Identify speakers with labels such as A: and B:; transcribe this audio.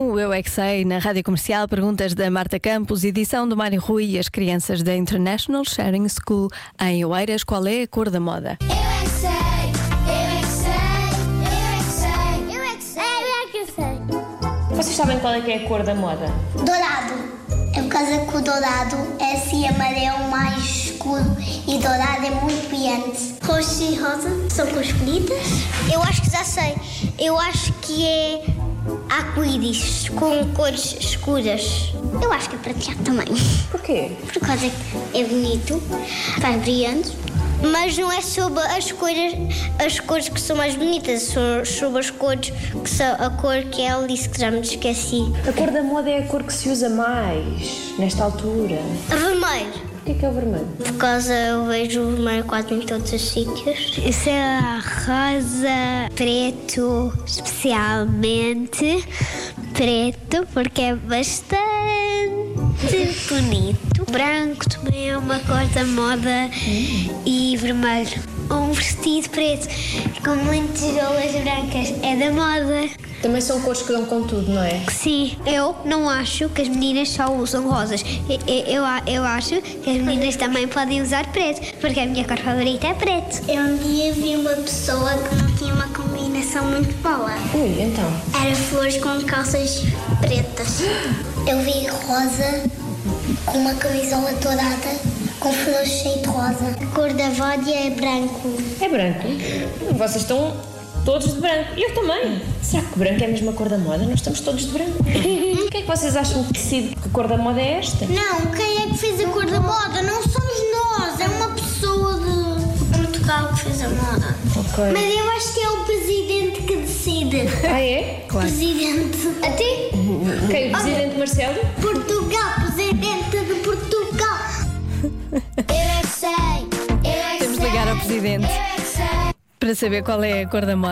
A: O Eu é que sei, na Rádio Comercial, perguntas da Marta Campos, edição do Mário Rui e as crianças da International Sharing School em Oeiras. Qual é a cor da moda?
B: Eu é que sei, eu é que sei, eu é que sei, eu é que sei, eu é que sei.
C: Vocês sabem qual é que é a cor da moda?
B: Dourado. É um casaco dourado, é assim amarelo mais escuro e dourado é muito brilhante. Roxo e rosa são cores bonitas. Eu acho que já sei. Eu acho que é arco-íris com cores escuras. Eu acho que é prateado também.
C: Porquê?
B: Por causa que é bonito, faz brilhante, mas não é sobre as cores, as cores que são mais bonitas, são sobre as cores que são a cor que ela disse que já me esqueci.
C: A cor da moda é a cor que se usa mais nesta altura.
B: Vermelho.
C: O que é que é o vermelho?
B: Por causa eu vejo vermelho quase em todos os sítios. Isso é rosa, preto, especialmente preto, porque é bastante bonito. Branco também é uma cor da moda e vermelho. Um vestido preto com muitas golas brancas é da moda.
C: Também são cores que dão com tudo, não é?
B: Sim, eu não acho que as meninas só usam rosas. Eu, eu, eu acho que as meninas também podem usar preto, porque a minha cor favorita é preto. Eu um dia vi uma pessoa que não tinha uma combinação muito boa.
C: Ui, então.
B: Era flores com calças pretas. Eu vi rosa com uma camisola dourada com flores cheias de rosa. A cor da vódia é branco.
C: É branco. Vocês estão todos de branco. Eu também. Será que branco é a mesma cor da moda? Nós estamos todos de branco. o que é que vocês acham que tecido? Que cor da moda é esta?
B: Não, quem é que fez a cor da moda? Não somos nós, é uma pessoa de Portugal que fez a moda.
C: Ok.
B: Mas eu acho que é o presidente que decide.
C: Ah, é?
B: Presidente. Até
C: Ok, o presidente Marcelo?
B: Portugal, presidente de Portugal. eu é que sei, eu é que
A: Temos de ligar ao presidente.
B: Eu é que sei.
A: Para saber qual é a cor da moda.